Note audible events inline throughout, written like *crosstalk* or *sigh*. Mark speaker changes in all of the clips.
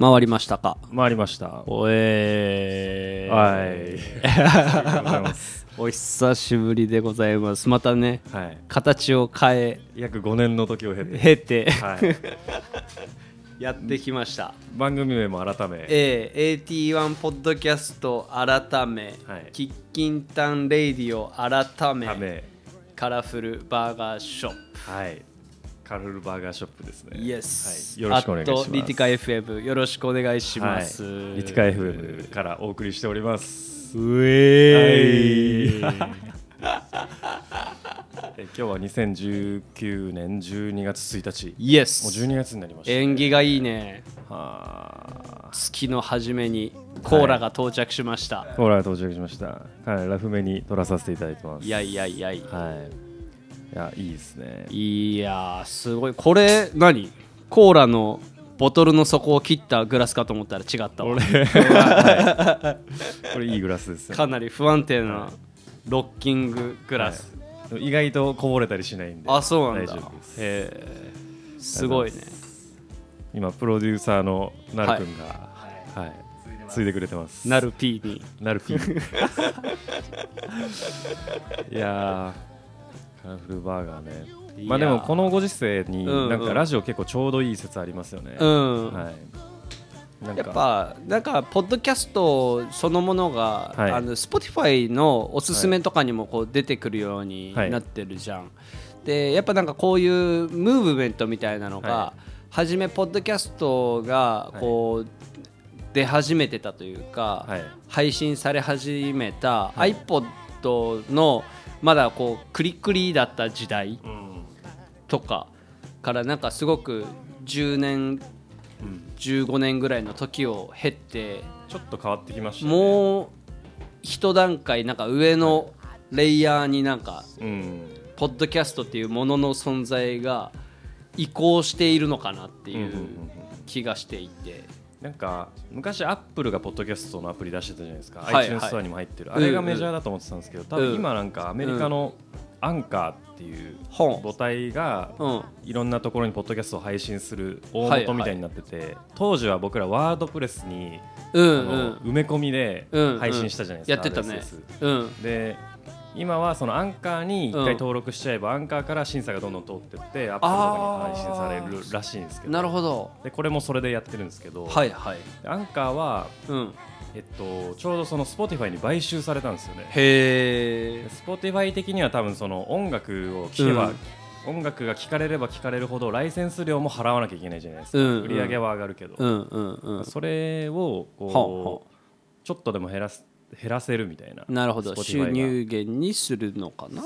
Speaker 1: 回りました
Speaker 2: *laughs*
Speaker 1: か
Speaker 2: 回りました。
Speaker 1: おえ
Speaker 2: はい。ありがとうございます。
Speaker 1: お久しぶりでございますまたね
Speaker 2: はい。
Speaker 1: 形を変え
Speaker 2: 約5年の時を経て、
Speaker 1: 経て、
Speaker 2: はい、 *laughs*
Speaker 1: やってきました
Speaker 2: 番組名も改め、
Speaker 1: A AT1 ポッドキャスト改め、
Speaker 2: はい
Speaker 1: キッキンタンレイディオ改め
Speaker 2: ため、
Speaker 1: カラフルバーガーショップ
Speaker 2: はい。カルルバーガーショップですね。
Speaker 1: イエス、
Speaker 2: はい。よろしくお願いします。
Speaker 1: リティカ FM よろしくお願いします、
Speaker 2: はい、リティカ FM からお送りしております。
Speaker 1: うえー
Speaker 2: はいえ今日は2019年12月1日。
Speaker 1: イエス
Speaker 2: もう12月になりました。
Speaker 1: 縁起がいいね
Speaker 2: はあ。
Speaker 1: 月の初めにコーラが到着しました、
Speaker 2: コーラが到着しました。はい、ラフめに撮らさせていただいてます。
Speaker 1: い、やいやいやい
Speaker 2: はい。いや、いいですね。
Speaker 1: いやーすごいこれ何コーラのボトルの底を切ったグラスかと思ったら違ったわ
Speaker 2: はいこれいいグラスですよ。
Speaker 1: かなり不安定なロッキンググラス、
Speaker 2: はい意外とこぼれたりしないんで。
Speaker 1: あそうなんだ
Speaker 2: 大丈夫です
Speaker 1: へえすごいね
Speaker 2: 今プロデューサーのなるくんが、はい、ついでくれてます。
Speaker 1: なる P に
Speaker 2: なるピー。 *laughs* いやー、カラフルバーガーね。
Speaker 1: いやー
Speaker 2: まあでもこのご時世に
Speaker 1: うんうん
Speaker 2: なんかラジオ結構ちょうどいい説ありますよね。
Speaker 1: うん、
Speaker 2: はい。なん
Speaker 1: や
Speaker 2: か
Speaker 1: っぱなんかポッドキャストそのものが、
Speaker 2: はい
Speaker 1: あの Spotify のおすすめとかにもこう出てくるように
Speaker 2: はい
Speaker 1: なってるじゃん、でやっぱなんかこういうムーブメントみたいなのが、
Speaker 2: は
Speaker 1: 初めポッドキャストがこう、出始めてたというか、
Speaker 2: はい
Speaker 1: 配信され始めた iPod のまだこうクリクリだった時代、とかからなんかすごく10年、15年ぐらいの時を経って
Speaker 2: ちょっと変わってきましたね。
Speaker 1: もう一段階なんか上のレイヤーになんか
Speaker 2: うん。
Speaker 1: ポッドキャストっていうものの存在が移行しているのかなってい
Speaker 2: んうんうんう
Speaker 1: うん気がしていて
Speaker 2: なんか昔アップルがポッドキャストのアプリ出してたじゃないですか、
Speaker 1: はいはい
Speaker 2: iTunes ストアにも入ってる、
Speaker 1: うんうん
Speaker 2: あれがメジャーだと思ってたんですけど多
Speaker 1: うん
Speaker 2: 分今なんかアメリカのアンカーっていう
Speaker 1: ほう
Speaker 2: 母体が
Speaker 1: うん
Speaker 2: いろんなところにポッドキャストを配信する大
Speaker 1: はいは
Speaker 2: 元
Speaker 1: い
Speaker 2: みたいになってて当時は僕らワードプレスに
Speaker 1: うん
Speaker 2: あ
Speaker 1: う
Speaker 2: の
Speaker 1: ん
Speaker 2: 埋め込みで
Speaker 1: うんうん
Speaker 2: 配信したじゃないです
Speaker 1: やっ
Speaker 2: か
Speaker 1: てたね
Speaker 2: RSS
Speaker 1: うん
Speaker 2: で今はそのアンカーに一
Speaker 1: うん
Speaker 2: 回登録しちゃえばアンカーから審査がどんどん通ってってアップルとかに配信されるらしいんですけど
Speaker 1: なるほど
Speaker 2: でこれもそれでやってるんですけど、
Speaker 1: はいはい
Speaker 2: でアンカーは
Speaker 1: うん
Speaker 2: えっと、ちょうどその Spotify に買収されたんですよね。
Speaker 1: へえ
Speaker 2: Spotify 的には多分その音楽を聴けば、
Speaker 1: うん
Speaker 2: 音楽が聴かれれば聴かれるほどライセンス料も払わなきゃいけないじゃないですか、
Speaker 1: うんうん
Speaker 2: 売り上げは上がるけど、
Speaker 1: うんうんうん
Speaker 2: それをこう
Speaker 1: は
Speaker 2: ちょっとでも減らす減らせるみたいな
Speaker 1: なるほど
Speaker 2: Spotify が
Speaker 1: 収入源にするのかな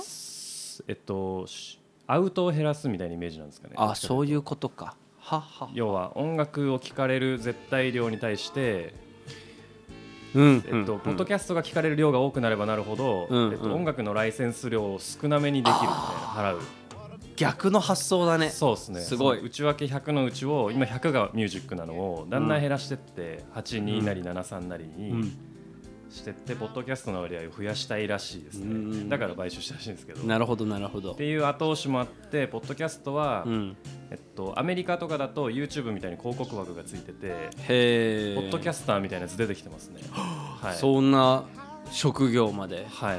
Speaker 2: えっとしアウトを減らすみたいなイメージなんですかね
Speaker 1: あそういうことかはは
Speaker 2: 要は音楽を聴かれる絶対量に対して
Speaker 1: うん
Speaker 2: えっとポッドキャストが聞かれる量が多くなればなるほど、
Speaker 1: うん
Speaker 2: えっ
Speaker 1: うん
Speaker 2: と、音楽のライセンス料を少なめにできるみたいな払う
Speaker 1: 逆の発想だね
Speaker 2: そうですね
Speaker 1: すごい
Speaker 2: その内訳100のうちを今100がミュージックなのをだんだん減らしてって、82なり73なり
Speaker 1: うん
Speaker 2: にしてって、ポッドキャストの割合を増やしたいらしいですね、
Speaker 1: うん
Speaker 2: だから買収したらしいんですけど
Speaker 1: な
Speaker 2: っ
Speaker 1: るほどなるほど
Speaker 2: ていう後押しもあってポッドキャストは、
Speaker 1: うん
Speaker 2: えっと、アメリカとかだと YouTube みたいに広告枠がついてて、
Speaker 1: へえ
Speaker 2: ポッドキャ
Speaker 1: ス
Speaker 2: スターみたいなやつ出てきてますね、はい、
Speaker 1: そんな職業まで
Speaker 2: はい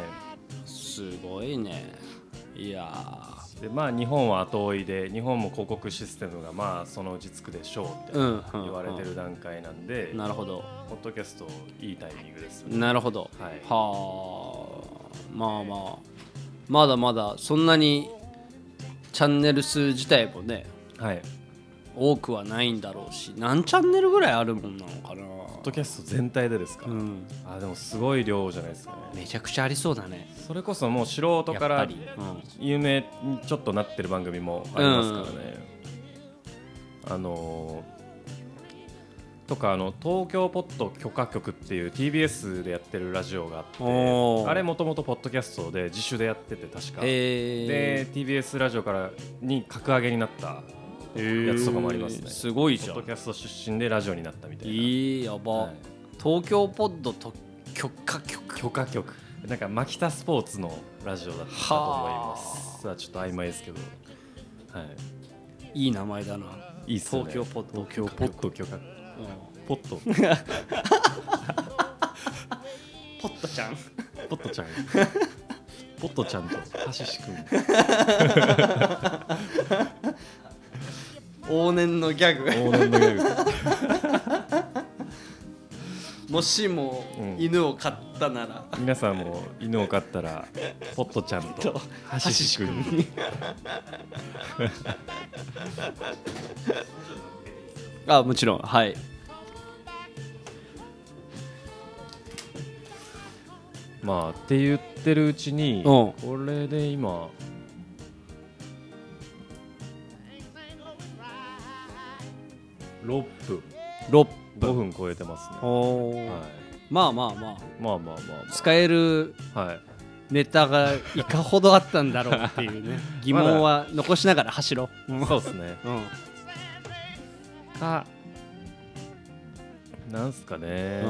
Speaker 1: すごいねいやー
Speaker 2: でまあ日本は後追いで日本も広告システムがまあそのうちつくでしょうって
Speaker 1: うんうんうん
Speaker 2: 言われてる段階なんで、
Speaker 1: なるほど
Speaker 2: ポッドキャストいいタイミングですよね。
Speaker 1: なるほど
Speaker 2: はい
Speaker 1: はあまあまあまだまだそんなにチャンネル数自体もね
Speaker 2: はい。
Speaker 1: 多くはないんだろうし何チャンネルぐらいあるもんなのかな
Speaker 2: ポッドキャスト全体でですか。
Speaker 1: うん
Speaker 2: あでもすごい量じゃないですかね。
Speaker 1: めちゃくちゃありそうだね
Speaker 2: それこそもう素人か
Speaker 1: やっぱ
Speaker 2: ら
Speaker 1: りうん
Speaker 2: 有名にちょっとなってる番組もありますからね。あのーとかあの東京ポッド許可局っていう TBS でやってるラジオがあって
Speaker 1: おー
Speaker 2: あれもともとポッドキャストで自主でやってて確か、
Speaker 1: え
Speaker 2: で TBS ラジオからに格上げになったやつとかもありますね、
Speaker 1: すごい
Speaker 2: ポ
Speaker 1: じゃ
Speaker 2: ッド
Speaker 1: ん
Speaker 2: キャスト出身でラジオになったみたいな、
Speaker 1: いいやば、
Speaker 2: はい
Speaker 1: 東京ポッドと許可局
Speaker 2: 許可局なんかマキタスポーツのラジオだったと思いますさあちょっと曖昧ですけど、はい
Speaker 1: いい名前だない
Speaker 2: いっすよね
Speaker 1: 東京ポッド
Speaker 2: 東京ポッド許可
Speaker 1: うん
Speaker 2: ポット *laughs*
Speaker 1: ポットちゃん
Speaker 2: ポットちゃんポットちゃんとハシシ君
Speaker 1: 往年のギャグ
Speaker 2: 往年のギャグ
Speaker 1: もしも
Speaker 2: うん
Speaker 1: 犬を飼ったなら、
Speaker 2: 皆さんも犬を飼ったらポットちゃんと
Speaker 1: と
Speaker 2: ハシシ君 *laughs*
Speaker 1: にあもちろんはい
Speaker 2: まあって言ってるうちにこ
Speaker 1: う
Speaker 2: れで今6分
Speaker 1: 6
Speaker 2: 5
Speaker 1: 分
Speaker 2: 分超えてますね、
Speaker 1: おー
Speaker 2: はい、
Speaker 1: まあまあまあ
Speaker 2: まあまあまあ、
Speaker 1: 使える
Speaker 2: まあ、はい
Speaker 1: ネタがいかほどあったんだろうっていう
Speaker 2: *laughs*
Speaker 1: ね疑問は残しながら走ろ
Speaker 2: そうですね
Speaker 1: う、うん、
Speaker 2: あなんすかね、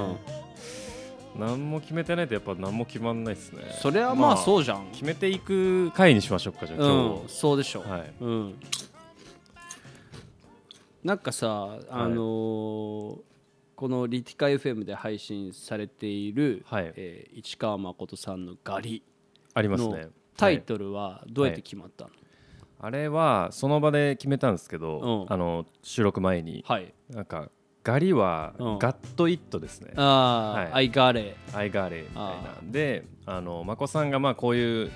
Speaker 2: 何も決めてないとやっぱ何も決まんないですね
Speaker 1: それはまあそうじゃん、
Speaker 2: 決めていく回にしましょうかじゃあ今
Speaker 1: うん、そうでしょう、
Speaker 2: 日、はい
Speaker 1: うん、なんかさあのーこのリティカ FM で配信されている、
Speaker 2: はい
Speaker 1: えー市川誠さんの「ガリ
Speaker 2: あり」ます
Speaker 1: の
Speaker 2: ね
Speaker 1: タ
Speaker 2: は
Speaker 1: イ
Speaker 2: い
Speaker 1: トルはどうやって決まったの
Speaker 2: あれはその場で決めたんですけど、
Speaker 1: うん
Speaker 2: あの収録前に、
Speaker 1: はい、
Speaker 2: なんかガリは
Speaker 1: うん
Speaker 2: ガットイットですね、
Speaker 1: ああ、
Speaker 2: は
Speaker 1: I got it
Speaker 2: アイガーレみたいなであのまこさんがまあこういう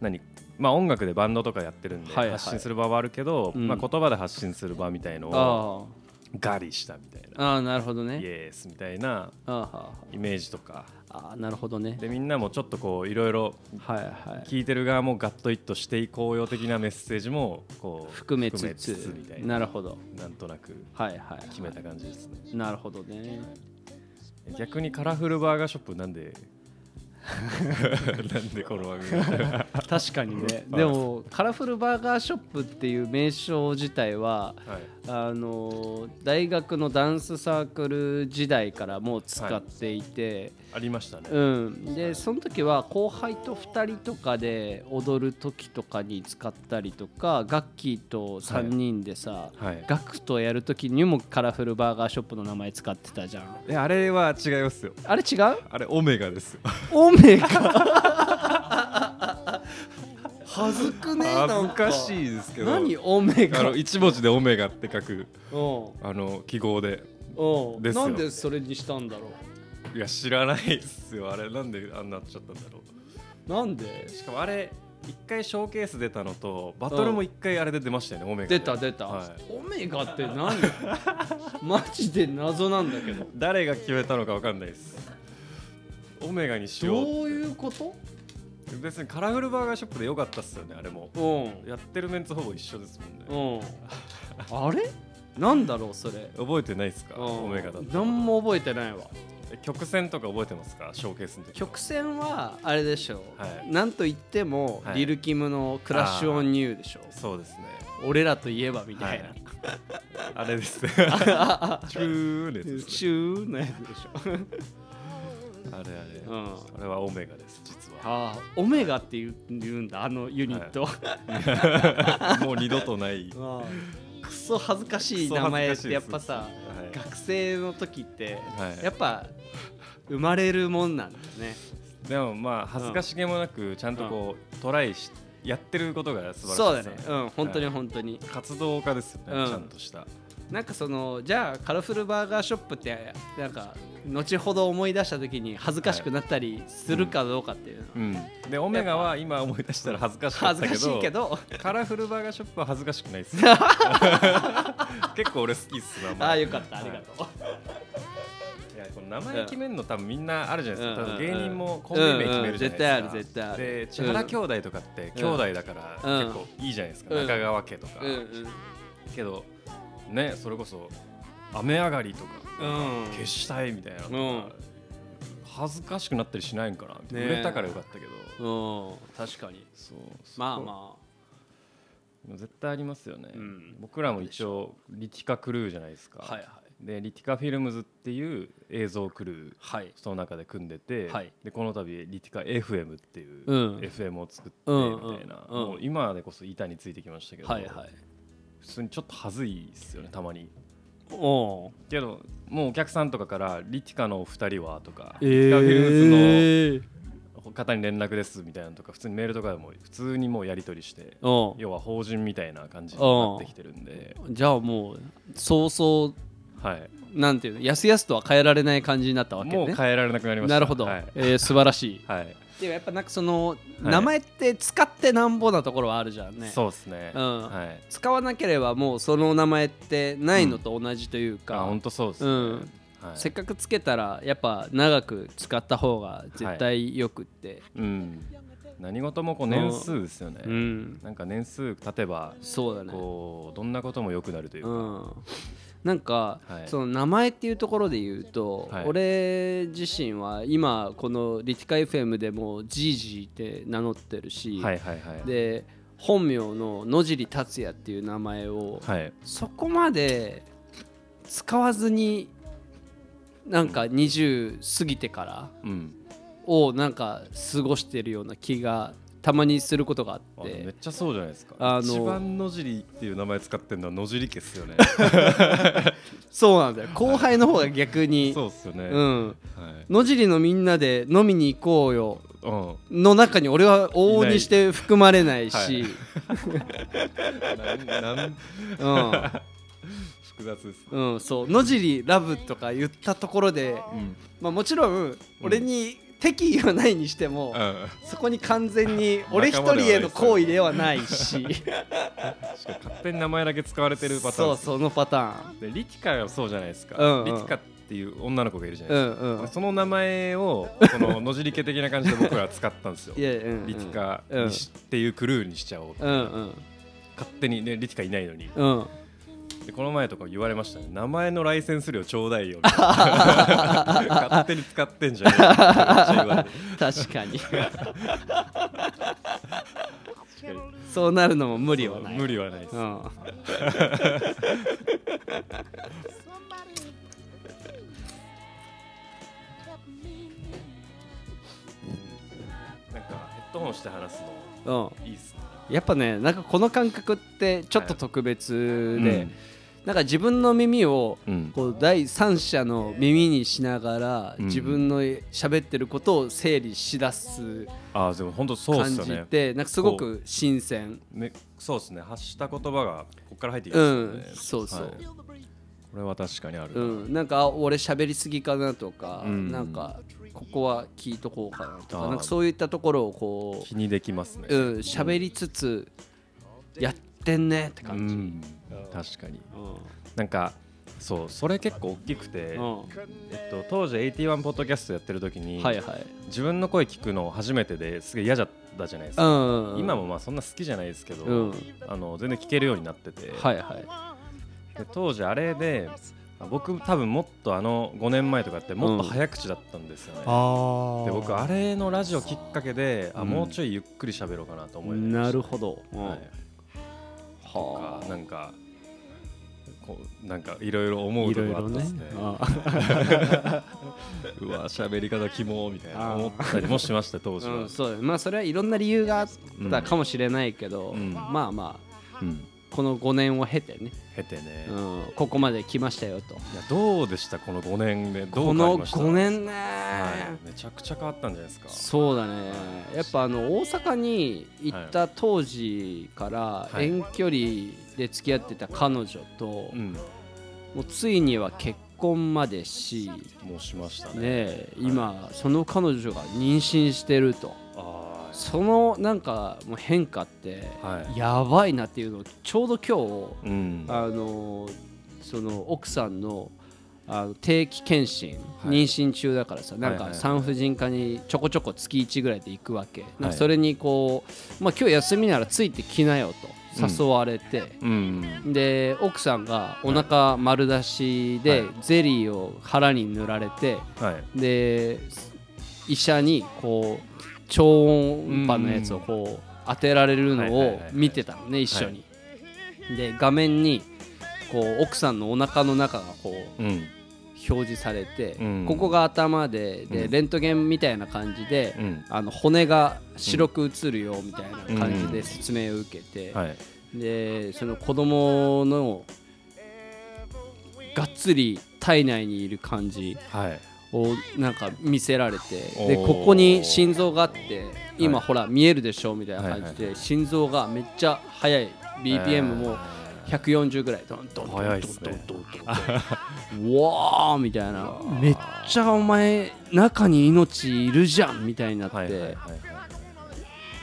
Speaker 2: 何まあ音楽でバンドとかやってるんで
Speaker 1: はいはい
Speaker 2: 発信する場はあるけど、
Speaker 1: うん
Speaker 2: まあ、言葉で発信する場みたいのを
Speaker 1: あ
Speaker 2: ガリしたみたい
Speaker 1: ー
Speaker 2: な
Speaker 1: あーなるほど
Speaker 2: イ
Speaker 1: ね
Speaker 2: エースみたいな
Speaker 1: あーはーは
Speaker 2: イメージとか
Speaker 1: ーあーなるほどね
Speaker 2: でみんなもちょっとこういろいろ
Speaker 1: はいはい
Speaker 2: 聞いてる側もガットイットしていこうよ的なメッセージもこう
Speaker 1: 含めつつ
Speaker 2: 含めみたいな
Speaker 1: なるほど
Speaker 2: なんとなく
Speaker 1: はいはい
Speaker 2: 決めた感じですね
Speaker 1: *laughs* なるほどね
Speaker 2: 逆にカラフルバーガーショップなんで *laughs* なんでこの番組
Speaker 1: 確かにね
Speaker 2: はい
Speaker 1: でもカラフルバーガーショップっていう名称自体は
Speaker 2: はい、
Speaker 1: あの大学のダンスサークル時代からもう使っていて、
Speaker 2: ありましたね、
Speaker 1: うん、でその時は後輩と2人とかで踊る時とかに使ったりとかガッキーと3人でさ、
Speaker 2: はい
Speaker 1: ガクとやる時にもカラフルバーガーショップの名前使ってたじゃん
Speaker 2: あれは違いますよ
Speaker 1: あれ違う
Speaker 2: あれオメガですよ
Speaker 1: オメガ恥ずくねえ
Speaker 2: 恥ずかしいですけど
Speaker 1: 何オメ
Speaker 2: あ
Speaker 1: ガ
Speaker 2: の一文字でオメガって書く
Speaker 1: お
Speaker 2: あの記号で
Speaker 1: お
Speaker 2: ですよ
Speaker 1: なんでそれにしたんだろ
Speaker 2: いや知らないっすよあれなんであんなっちゃったんだろ
Speaker 1: うなんで
Speaker 2: うしかもあれ一回ショーケース出たのとバトルも一回あれで出ましたよね、オメガで
Speaker 1: 出た出た、
Speaker 2: はい
Speaker 1: オメガって何マジで謎なんだけど
Speaker 2: 誰が決めたのかわかんないですオメガにしよう
Speaker 1: どういうこと
Speaker 2: 別にカラフルバーガーショップでよかったっすよねあれも
Speaker 1: う
Speaker 2: やってるメンツほぼ一緒ですもんね、 *laughs*
Speaker 1: んうんあれなんだろうそれ
Speaker 2: 覚えてないですか、
Speaker 1: うん
Speaker 2: オメガだって
Speaker 1: 何も覚えてないわ
Speaker 2: 曲線とか覚えてますかショーケースの時
Speaker 1: 曲線はあれでしょう、
Speaker 2: はい
Speaker 1: なんといっても、
Speaker 2: はい
Speaker 1: リル・キムの「クラッシュ・オン・ニュー」でしょ
Speaker 2: そうですね
Speaker 1: 俺らといえばみたいな、
Speaker 2: はいあれ
Speaker 1: *laughs*
Speaker 2: ですねチューのやつですね
Speaker 1: シューのやつでし
Speaker 2: *laughs*
Speaker 1: ょ、
Speaker 2: あれあ
Speaker 1: う
Speaker 2: れ、
Speaker 1: ん、あ
Speaker 2: あれはオメガです実は
Speaker 1: あオメガって言う言うんだあのユニット、
Speaker 2: *laughs* もう二度とない
Speaker 1: *laughs* クソ恥ずかしい名前ってやっぱさ、
Speaker 2: はい
Speaker 1: 学生の時って、
Speaker 2: はい
Speaker 1: やっぱ生まれるもんなんだね
Speaker 2: でもまあ恥ずかしげもなくちゃんとこう、トライしやってることが素
Speaker 1: そ
Speaker 2: 晴
Speaker 1: うだ
Speaker 2: らしい
Speaker 1: ね
Speaker 2: ですよ
Speaker 1: うん本当に
Speaker 2: はい
Speaker 1: 本当に、
Speaker 2: 活動家ですよね、
Speaker 1: うん
Speaker 2: ちゃんとした
Speaker 1: なんかそのじゃあカラフルバーガーショップってなんか後ほど思い出した時に恥ずかしくなったりするかどうかっていうの、
Speaker 2: うんでオメガは今思い出したら恥ずかしかっ
Speaker 1: 恥ず
Speaker 2: たけ
Speaker 1: か
Speaker 2: ど
Speaker 1: しいけど
Speaker 2: カラフルバーガーショップは恥ずかしくない
Speaker 1: *laughs*
Speaker 2: です。結構俺好きっすな。
Speaker 1: ああよ
Speaker 2: く。
Speaker 1: かったありがとう、
Speaker 2: いやこの名前決めるの多分みんなあるじゃないですか。
Speaker 1: うん
Speaker 2: 多分芸人もコンビ名決めるじゃない
Speaker 1: うんう
Speaker 2: ですか。
Speaker 1: ん絶対ある絶対ある
Speaker 2: で千原兄弟とかって兄弟だから
Speaker 1: うん
Speaker 2: 結構いいじゃないですか。
Speaker 1: うん
Speaker 2: 中川家とか。
Speaker 1: うんうん
Speaker 2: けどねそれこそ雨上がりとか
Speaker 1: うん
Speaker 2: 消したいみたいなとか。
Speaker 1: うん
Speaker 2: 恥ずかしくなったりしないんかな、って
Speaker 1: ね
Speaker 2: 売れたからよかったけど、
Speaker 1: うん確かに
Speaker 2: そう
Speaker 1: まあま
Speaker 2: あ絶対ありますよね、
Speaker 1: うん
Speaker 2: 僕らも一応リティカクルーじゃないですか、
Speaker 1: あはいはい
Speaker 2: でリティカフィルムズっていう映像クルー
Speaker 1: はい
Speaker 2: その中で組んでて、
Speaker 1: はい
Speaker 2: でこの度リティカ FM っていう、
Speaker 1: うん
Speaker 2: FM を作って
Speaker 1: うん
Speaker 2: みたいな、
Speaker 1: うんうん
Speaker 2: もう今でこそ板についてきましたけど、
Speaker 1: はいはい
Speaker 2: 普通にちょっと恥ずいですよねたまに
Speaker 1: おう
Speaker 2: けどもうお客さんとかから「リティカのお二人は?」とか「
Speaker 1: え
Speaker 2: リティカフィルムズ
Speaker 1: ー、
Speaker 2: の方に連絡です」みたいなのとか普通にメールとかでも普通にもうやり取りして
Speaker 1: おう
Speaker 2: 要は法人みたいな感じになってきてるんで、
Speaker 1: じゃあもうそうそう
Speaker 2: はい、
Speaker 1: なんていうのやすやすとは変えられない感じになったわけね
Speaker 2: もう変えられなくなりました
Speaker 1: なるほど、
Speaker 2: はい、
Speaker 1: えー素晴らしい
Speaker 2: はい
Speaker 1: でもやっぱなんかその
Speaker 2: はい
Speaker 1: 名前って使ってなんぼなところはあるじゃんね、
Speaker 2: そうですね、
Speaker 1: うん
Speaker 2: はい
Speaker 1: 使わなければもうその名前ってないのと同じという
Speaker 2: あ
Speaker 1: か、
Speaker 2: 本当そうですね、
Speaker 1: うん
Speaker 2: はい
Speaker 1: せっかくつけたらやっぱ長く使った方が絶対よくって、
Speaker 2: うん、何事もこう年数ですよね、
Speaker 1: うん
Speaker 2: なんか年数経てば
Speaker 1: そうだね
Speaker 2: こうどんなことも良くなるという
Speaker 1: う
Speaker 2: か、
Speaker 1: んなんか、
Speaker 2: はい
Speaker 1: その名前っていうところで言うと、
Speaker 2: はい
Speaker 1: 俺自身は今この「リティカ FM」でもジージーって名乗ってるし、
Speaker 2: はいはいはい
Speaker 1: で本名の野尻達也っていう名前を、
Speaker 2: はい
Speaker 1: そこまで使わずになんか20過ぎてから
Speaker 2: うん
Speaker 1: をなんか過ごしてるような気がたまにすることがあ
Speaker 2: あ
Speaker 1: っ
Speaker 2: めってちゃそうじゃないですか、
Speaker 1: あの
Speaker 2: 一番野尻っていう名前使ってるのは野尻家っすよ
Speaker 1: *laughs*
Speaker 2: ね
Speaker 1: そうなんだよ後輩の方が逆に
Speaker 2: そうっすよね、
Speaker 1: う
Speaker 2: は
Speaker 1: ん
Speaker 2: い
Speaker 1: 野尻のみんなで飲みに行こうよ
Speaker 2: うん
Speaker 1: の中に俺は往々にして含まれない
Speaker 2: い
Speaker 1: し
Speaker 2: ななんなん複雑です、
Speaker 1: うんうんそう野尻ラブとか言ったところで、
Speaker 2: うん
Speaker 1: まあ、もちろん俺に敵意はないにしても、
Speaker 2: うん、
Speaker 1: そこに完全
Speaker 2: *laughs*
Speaker 1: に俺一人への行為ではないし
Speaker 2: しかも勝手に名前だけ使われてるパターン
Speaker 1: そう
Speaker 2: ですよ
Speaker 1: そのパターン
Speaker 2: でリティカはそうじゃないですか、
Speaker 1: うんうん
Speaker 2: リティカっていう女の子がいるじゃないうですか、
Speaker 1: んうん
Speaker 2: その名前をこの野尻家的な感じで僕らは使ったんですよ。
Speaker 1: いやうんうん
Speaker 2: リティカにしっていうクルーにしちゃおう
Speaker 1: うんうん
Speaker 2: 勝手にねリティカいないのに
Speaker 1: うん
Speaker 2: でこの前とか言われましたね名前のライセンス料ちょうだいよ
Speaker 1: *laughs*
Speaker 2: みたいな勝手に使ってんじゃねえよってめっちゃ言われて
Speaker 1: 確か
Speaker 2: *laughs*
Speaker 1: にそうなるのも無理はない
Speaker 2: 無理はないです、
Speaker 1: うん、
Speaker 2: なんかヘッドホンして話すの
Speaker 1: うん、
Speaker 2: いいっすね
Speaker 1: やっぱねなんかこの感覚ってちょっと特別で、
Speaker 2: はいうん
Speaker 1: なんか自分の耳を
Speaker 2: うん
Speaker 1: こう第三者の耳にしながら
Speaker 2: うん
Speaker 1: 自分の喋ってることを整理しだす
Speaker 2: ああでも本当そうっ
Speaker 1: 感
Speaker 2: すよ
Speaker 1: じっ
Speaker 2: ね
Speaker 1: て、なんかすごく新鮮
Speaker 2: ねそうっすね発した言葉がこっから入ってき
Speaker 1: う
Speaker 2: ますよね、
Speaker 1: んそうそう、
Speaker 2: はいこれは確かにある、
Speaker 1: うん、なんかあ俺喋りすぎかなとか、
Speaker 2: うん
Speaker 1: なんかここは聞いとこうかなと
Speaker 2: あ
Speaker 1: か
Speaker 2: ー
Speaker 1: なんかそういったところをこ
Speaker 2: 気にできますね
Speaker 1: ううん喋りつつやってんねって
Speaker 2: う
Speaker 1: 感じ、
Speaker 2: ん確かに
Speaker 1: うん
Speaker 2: なんかそうそれ結構大きくて、
Speaker 1: うん
Speaker 2: えっと、当時81ポッドキャストやってる時に、
Speaker 1: はいはい、
Speaker 2: 自分の声聞くの初めてですげえ嫌だったじゃないです
Speaker 1: う
Speaker 2: か、
Speaker 1: んうん、
Speaker 2: 今もまあそんな好きじゃないですけど、
Speaker 1: うん
Speaker 2: あの全然聞けるようになってて、
Speaker 1: はいはい
Speaker 2: で当時あれであ僕多分もっとあの5年前とかってもっと早口だったんですよね、
Speaker 1: あ
Speaker 2: で僕あれのラジオきっかけで、あ
Speaker 1: うん
Speaker 2: もうちょいゆっくり喋ろうかなと思いま
Speaker 1: な
Speaker 2: した
Speaker 1: るほど、うん
Speaker 2: はい
Speaker 1: は
Speaker 2: か
Speaker 1: あ
Speaker 2: なんかこうなんかいろいろ思う
Speaker 1: い
Speaker 2: と
Speaker 1: ろい
Speaker 2: こがあ
Speaker 1: ろ
Speaker 2: った
Speaker 1: ね
Speaker 2: ですねうわ喋り方キモみたいな
Speaker 1: あー
Speaker 2: 思ったりもしました当時
Speaker 1: う
Speaker 2: は、
Speaker 1: ん、そうだねまあそれはいろんな理由があったかもしれないけど、
Speaker 2: うん
Speaker 1: まあまあ
Speaker 2: うん
Speaker 1: この5年を経てね、
Speaker 2: 経てね、
Speaker 1: う
Speaker 2: い
Speaker 1: ん、ここまで来ましたよと
Speaker 2: やどうでしたこの5年で
Speaker 1: こ
Speaker 2: どう変わり
Speaker 1: の
Speaker 2: ました
Speaker 1: 5年ね、
Speaker 2: はい、めちゃくちゃ変わったんじゃないですか
Speaker 1: そうだねやっぱあの大阪に行った当時から
Speaker 2: はい
Speaker 1: 遠距離で付き合ってた彼女と、
Speaker 2: うん
Speaker 1: もうついには結婚までし
Speaker 2: もうしましたね
Speaker 1: ね、今その彼女が妊娠してると
Speaker 2: あー
Speaker 1: そのなんかもう変化って
Speaker 2: はい
Speaker 1: やばいなっていうのをちょうど今
Speaker 2: うん
Speaker 1: 日、あのーその奥さんのあの定期検診、
Speaker 2: はい
Speaker 1: 妊娠中だからさなん
Speaker 2: はいはい
Speaker 1: か
Speaker 2: はい
Speaker 1: 産婦人科にちょこちょこ月1ぐらいで行くわけ、なん
Speaker 2: はい
Speaker 1: かそれにこう、まあ、今日休みならついてきなよと誘われて。
Speaker 2: うん
Speaker 1: で奥さんがお腹丸出しで、
Speaker 2: は
Speaker 1: ゼリーを腹に塗られて
Speaker 2: はい
Speaker 1: で医者にこう超音波のやつをこう当てられるの
Speaker 2: はいはい
Speaker 1: を
Speaker 2: はい
Speaker 1: 見てたのね一緒に、で画面にこう奥さんのお腹の中がこう
Speaker 2: うん
Speaker 1: 表示されて、
Speaker 2: うん
Speaker 1: ここが頭でで
Speaker 2: うん
Speaker 1: レントゲンみたいな感じで、
Speaker 2: うん
Speaker 1: あの骨が白く映るよみたいな感じ
Speaker 2: う
Speaker 1: で
Speaker 2: ん
Speaker 1: 説明を受けて、
Speaker 2: はい
Speaker 1: でその子供のがっつり体内にいる感じ
Speaker 2: はい
Speaker 1: をなんか見せられてで
Speaker 2: おー
Speaker 1: ここに心臓があって今ほら見えるでしょみたいな感じで心臓がめっちゃ速い BPM も140ぐらいドンドンドンドンド
Speaker 2: 速
Speaker 1: ン
Speaker 2: いっす
Speaker 1: ドン
Speaker 2: ね
Speaker 1: ドンドンうわーみたいなめっちゃお前中に命いるじゃんみたいになって、
Speaker 2: はいはいはいはい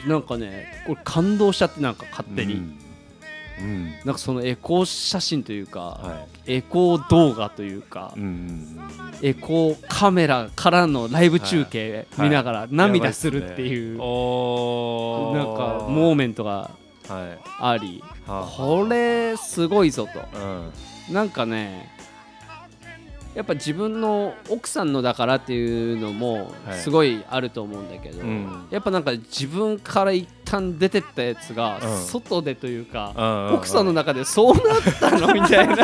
Speaker 1: なんかねこれ感動しちゃってなんか勝手に、
Speaker 2: うんうん
Speaker 1: なんかそのエコー写真というか、
Speaker 2: は
Speaker 1: エコー動画というか、
Speaker 2: いうんうんうん
Speaker 1: エコーカメラからのライブ中継
Speaker 2: はい
Speaker 1: 見ながら涙するっていう、
Speaker 2: お
Speaker 1: なんかモー
Speaker 2: う
Speaker 1: メントが
Speaker 2: はい
Speaker 1: あり
Speaker 2: は
Speaker 1: これすごいぞと
Speaker 2: うん
Speaker 1: なんかねやっぱ自分の奥さんのだからっていうのも
Speaker 2: はい
Speaker 1: すごいあると思うんだけど、
Speaker 2: うん
Speaker 1: やっぱなんか自分から一旦出てったやつが
Speaker 2: うん
Speaker 1: 外でというか、
Speaker 2: うん
Speaker 1: 奥さんの中でそうなったのみたいな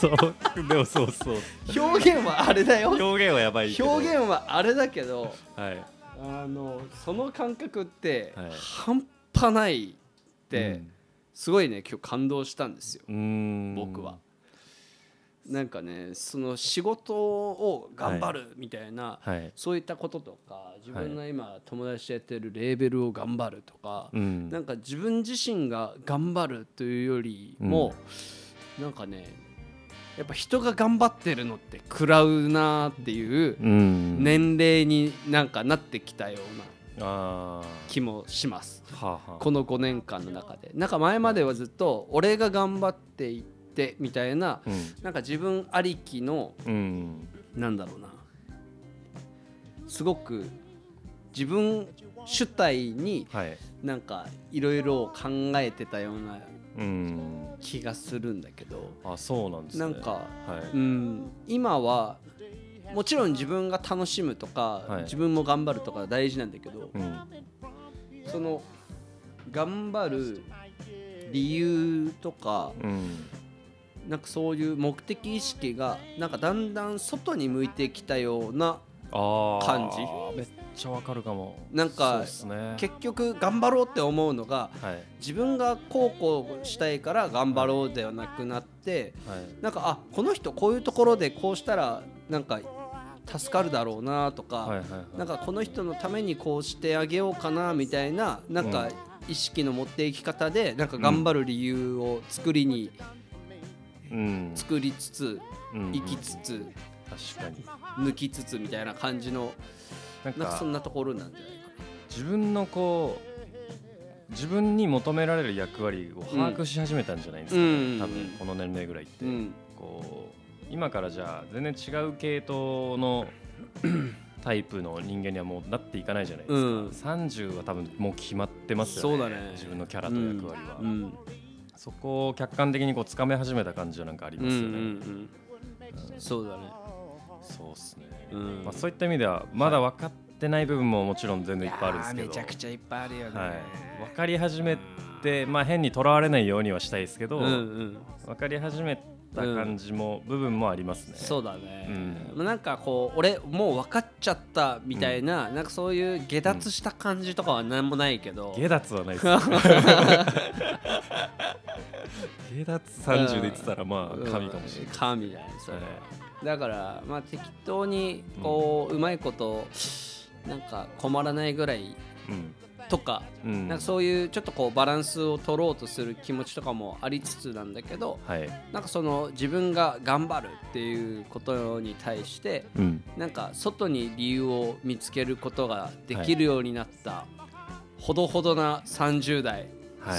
Speaker 2: そうでもそうそう
Speaker 1: 表現はあれだよ表
Speaker 2: *laughs* 表現はやばいけど
Speaker 1: 現はあれだけど
Speaker 2: はい
Speaker 1: あのその感覚って、
Speaker 2: はい
Speaker 1: 半端ないって、すごいね今日感動したんですよ
Speaker 2: うん
Speaker 1: 僕は。なんかねその仕事を頑張るみたいな、
Speaker 2: はい
Speaker 1: そういったこととか自分の今友達とやってるレーベルを頑張るとか、
Speaker 2: うん
Speaker 1: なんか自分自身が頑張るというよりも、なんかねやっぱ人が頑張ってるのって食らうなーっていう
Speaker 2: うん
Speaker 1: 年齢になんかなってきたような
Speaker 2: あ
Speaker 1: 気もします
Speaker 2: ーはあはあ
Speaker 1: この5年間の中でなんか前まではずっと俺が頑張っていってみたいな
Speaker 2: うん
Speaker 1: なんか自分ありきの
Speaker 2: うん
Speaker 1: なんだろうなすごく自分主体に
Speaker 2: はい
Speaker 1: なんかいろいろ考えてたような
Speaker 2: うん
Speaker 1: 気がするんだけど
Speaker 2: あそうなんですね
Speaker 1: なんか
Speaker 2: はい
Speaker 1: うん今はもちろん自分が楽しむとか、
Speaker 2: はい
Speaker 1: 自分も頑張るとか大事なんだけど、
Speaker 2: うん
Speaker 1: その頑張る理由とか
Speaker 2: うん
Speaker 1: なんかそういう目的意識がなんかだんだん外に向いてきたような
Speaker 2: あー
Speaker 1: 感じ
Speaker 2: めっちゃわかるかも
Speaker 1: なんか
Speaker 2: そうっすね
Speaker 1: 結局頑張ろうって思うのが
Speaker 2: はい
Speaker 1: 自分がこうこうしたいから頑張ろうではなくなって
Speaker 2: はい
Speaker 1: なんかあこの人こういうところでこうしたらなんか助かるだろうなとか、
Speaker 2: はいはいはい
Speaker 1: なんかこの人のためにこうしてあげようかなみたいななん
Speaker 2: う
Speaker 1: か意識の持っていき方でなんか頑張る理由を作りに
Speaker 2: うん
Speaker 1: 作りつつ
Speaker 2: うん
Speaker 1: 生きつつ
Speaker 2: 確かに
Speaker 1: 抜きつつみたいな感じの
Speaker 2: なん
Speaker 1: なんか
Speaker 2: か
Speaker 1: そんなところなんじゃないか
Speaker 2: 自分のこう自分に求められる役割を把握し始めたんじゃないですかね、
Speaker 1: うん
Speaker 2: 多分この年齢ぐらいって、
Speaker 1: な。うん
Speaker 2: こう今からじゃあ全然違う系
Speaker 1: *clears throat*
Speaker 2: 統のタイプの人間にはもうなっていかないじゃないですか、
Speaker 1: うん
Speaker 2: 30は多分もう決まってますよ
Speaker 1: そうだね
Speaker 2: 自分のキャラと役割は、
Speaker 1: うん
Speaker 2: そこを客観的にこう掴め始めた感じはなんかあり
Speaker 1: うんう
Speaker 2: ま
Speaker 1: ん
Speaker 2: すよね、
Speaker 1: うんそうだね。
Speaker 2: そうっすね、
Speaker 1: うん
Speaker 2: まあ、そういった意味ではまだ分かってない部分ももちろん全然いっぱいあるんですけど
Speaker 1: やーめちゃくちゃいっぱいあるよね。
Speaker 2: はい、分かり始めて、まあ、変にとらわれないようにはしたいですけど、
Speaker 1: うんうん
Speaker 2: 分かり始めた感じも、部分もありますね。
Speaker 1: そうだね、
Speaker 2: う
Speaker 1: なんかこう俺もう分かっちゃったみたいな、なんかそういう下脱した感じとかは何もないけど、
Speaker 2: 下脱はないですね下脱30で言ってたらまあ神かもしれない、
Speaker 1: うん神だよねそれ、
Speaker 2: は
Speaker 1: だからまあ適当にこう、うまいことなんか困らないぐらい
Speaker 2: うん
Speaker 1: とか、
Speaker 2: うん
Speaker 1: なんかそういうちょっとこうバランスを取ろうとする気持ちとかもありつつなんだけど
Speaker 2: はい、
Speaker 1: なんかその自分が頑張るっていうことに対して
Speaker 2: うん、
Speaker 1: なんか外に理由を見つけることができるようになった、ほどほどな30代、
Speaker 2: はい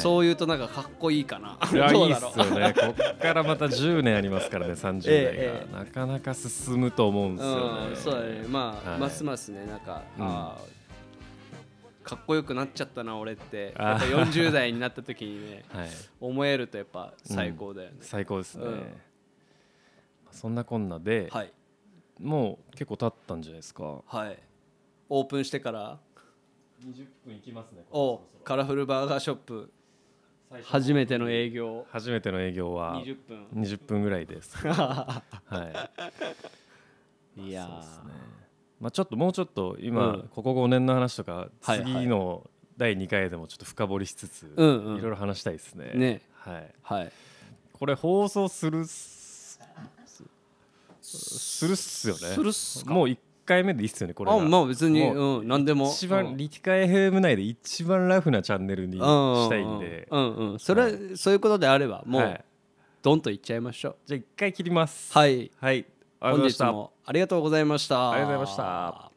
Speaker 1: そういうとなんかかっこいいかな
Speaker 2: いや
Speaker 1: *laughs*
Speaker 2: い
Speaker 1: どう
Speaker 2: いっ
Speaker 1: だ
Speaker 2: す
Speaker 1: ろう
Speaker 2: よねこっからまた10年ありますからね30代が、
Speaker 1: ええ
Speaker 2: なかなか進むと思うんですよね、
Speaker 1: うん、そうだねまあ、
Speaker 2: はい
Speaker 1: ますますねなんか、
Speaker 2: うん
Speaker 1: あーかっこよくなっちゃったな俺って
Speaker 2: あー
Speaker 1: やっぱ40代になった時に
Speaker 2: *laughs*
Speaker 1: ね
Speaker 2: はい、
Speaker 1: 思えるとやっぱ最高だよね、
Speaker 2: 最高ですね、
Speaker 1: うん
Speaker 2: そんなこんなで、
Speaker 1: はい
Speaker 2: もう結構経ったんじゃないですか
Speaker 1: はいオープンしてから
Speaker 2: 20分いきますね
Speaker 1: おカラフルバーガーショップ初めての営業
Speaker 2: 初めての営業は
Speaker 1: 20分
Speaker 2: 20分ぐら
Speaker 1: *laughs*
Speaker 2: いです、はい
Speaker 1: いやー
Speaker 2: まあ、ちょっともうちょっと今、
Speaker 1: うん
Speaker 2: ここ5年の話とか
Speaker 1: はいはい
Speaker 2: 次の第2回でもちょっと深掘りしつつ、
Speaker 1: うんうん
Speaker 2: いろいろ話したいですね
Speaker 1: ね
Speaker 2: はい、
Speaker 1: はい
Speaker 2: これ放送するっすするっすよね
Speaker 1: するっすか
Speaker 2: もう1回目でいいっすよねこれが
Speaker 1: あまあ別に
Speaker 2: もう
Speaker 1: うん何でも
Speaker 2: 一
Speaker 1: う
Speaker 2: 番
Speaker 1: ん
Speaker 2: リティカ FM 内で一番ラフなチャンネルにしたいんで、
Speaker 1: うんうんうんうんそれ、
Speaker 2: は
Speaker 1: そういうことであればも
Speaker 2: は
Speaker 1: う
Speaker 2: い、
Speaker 1: ドンといっちゃいましょう
Speaker 2: じゃあ一回切ります
Speaker 1: はい
Speaker 2: はいありがと
Speaker 1: 本
Speaker 2: うございま
Speaker 1: 日
Speaker 2: した
Speaker 1: もありがとうございました
Speaker 2: ありがとうございました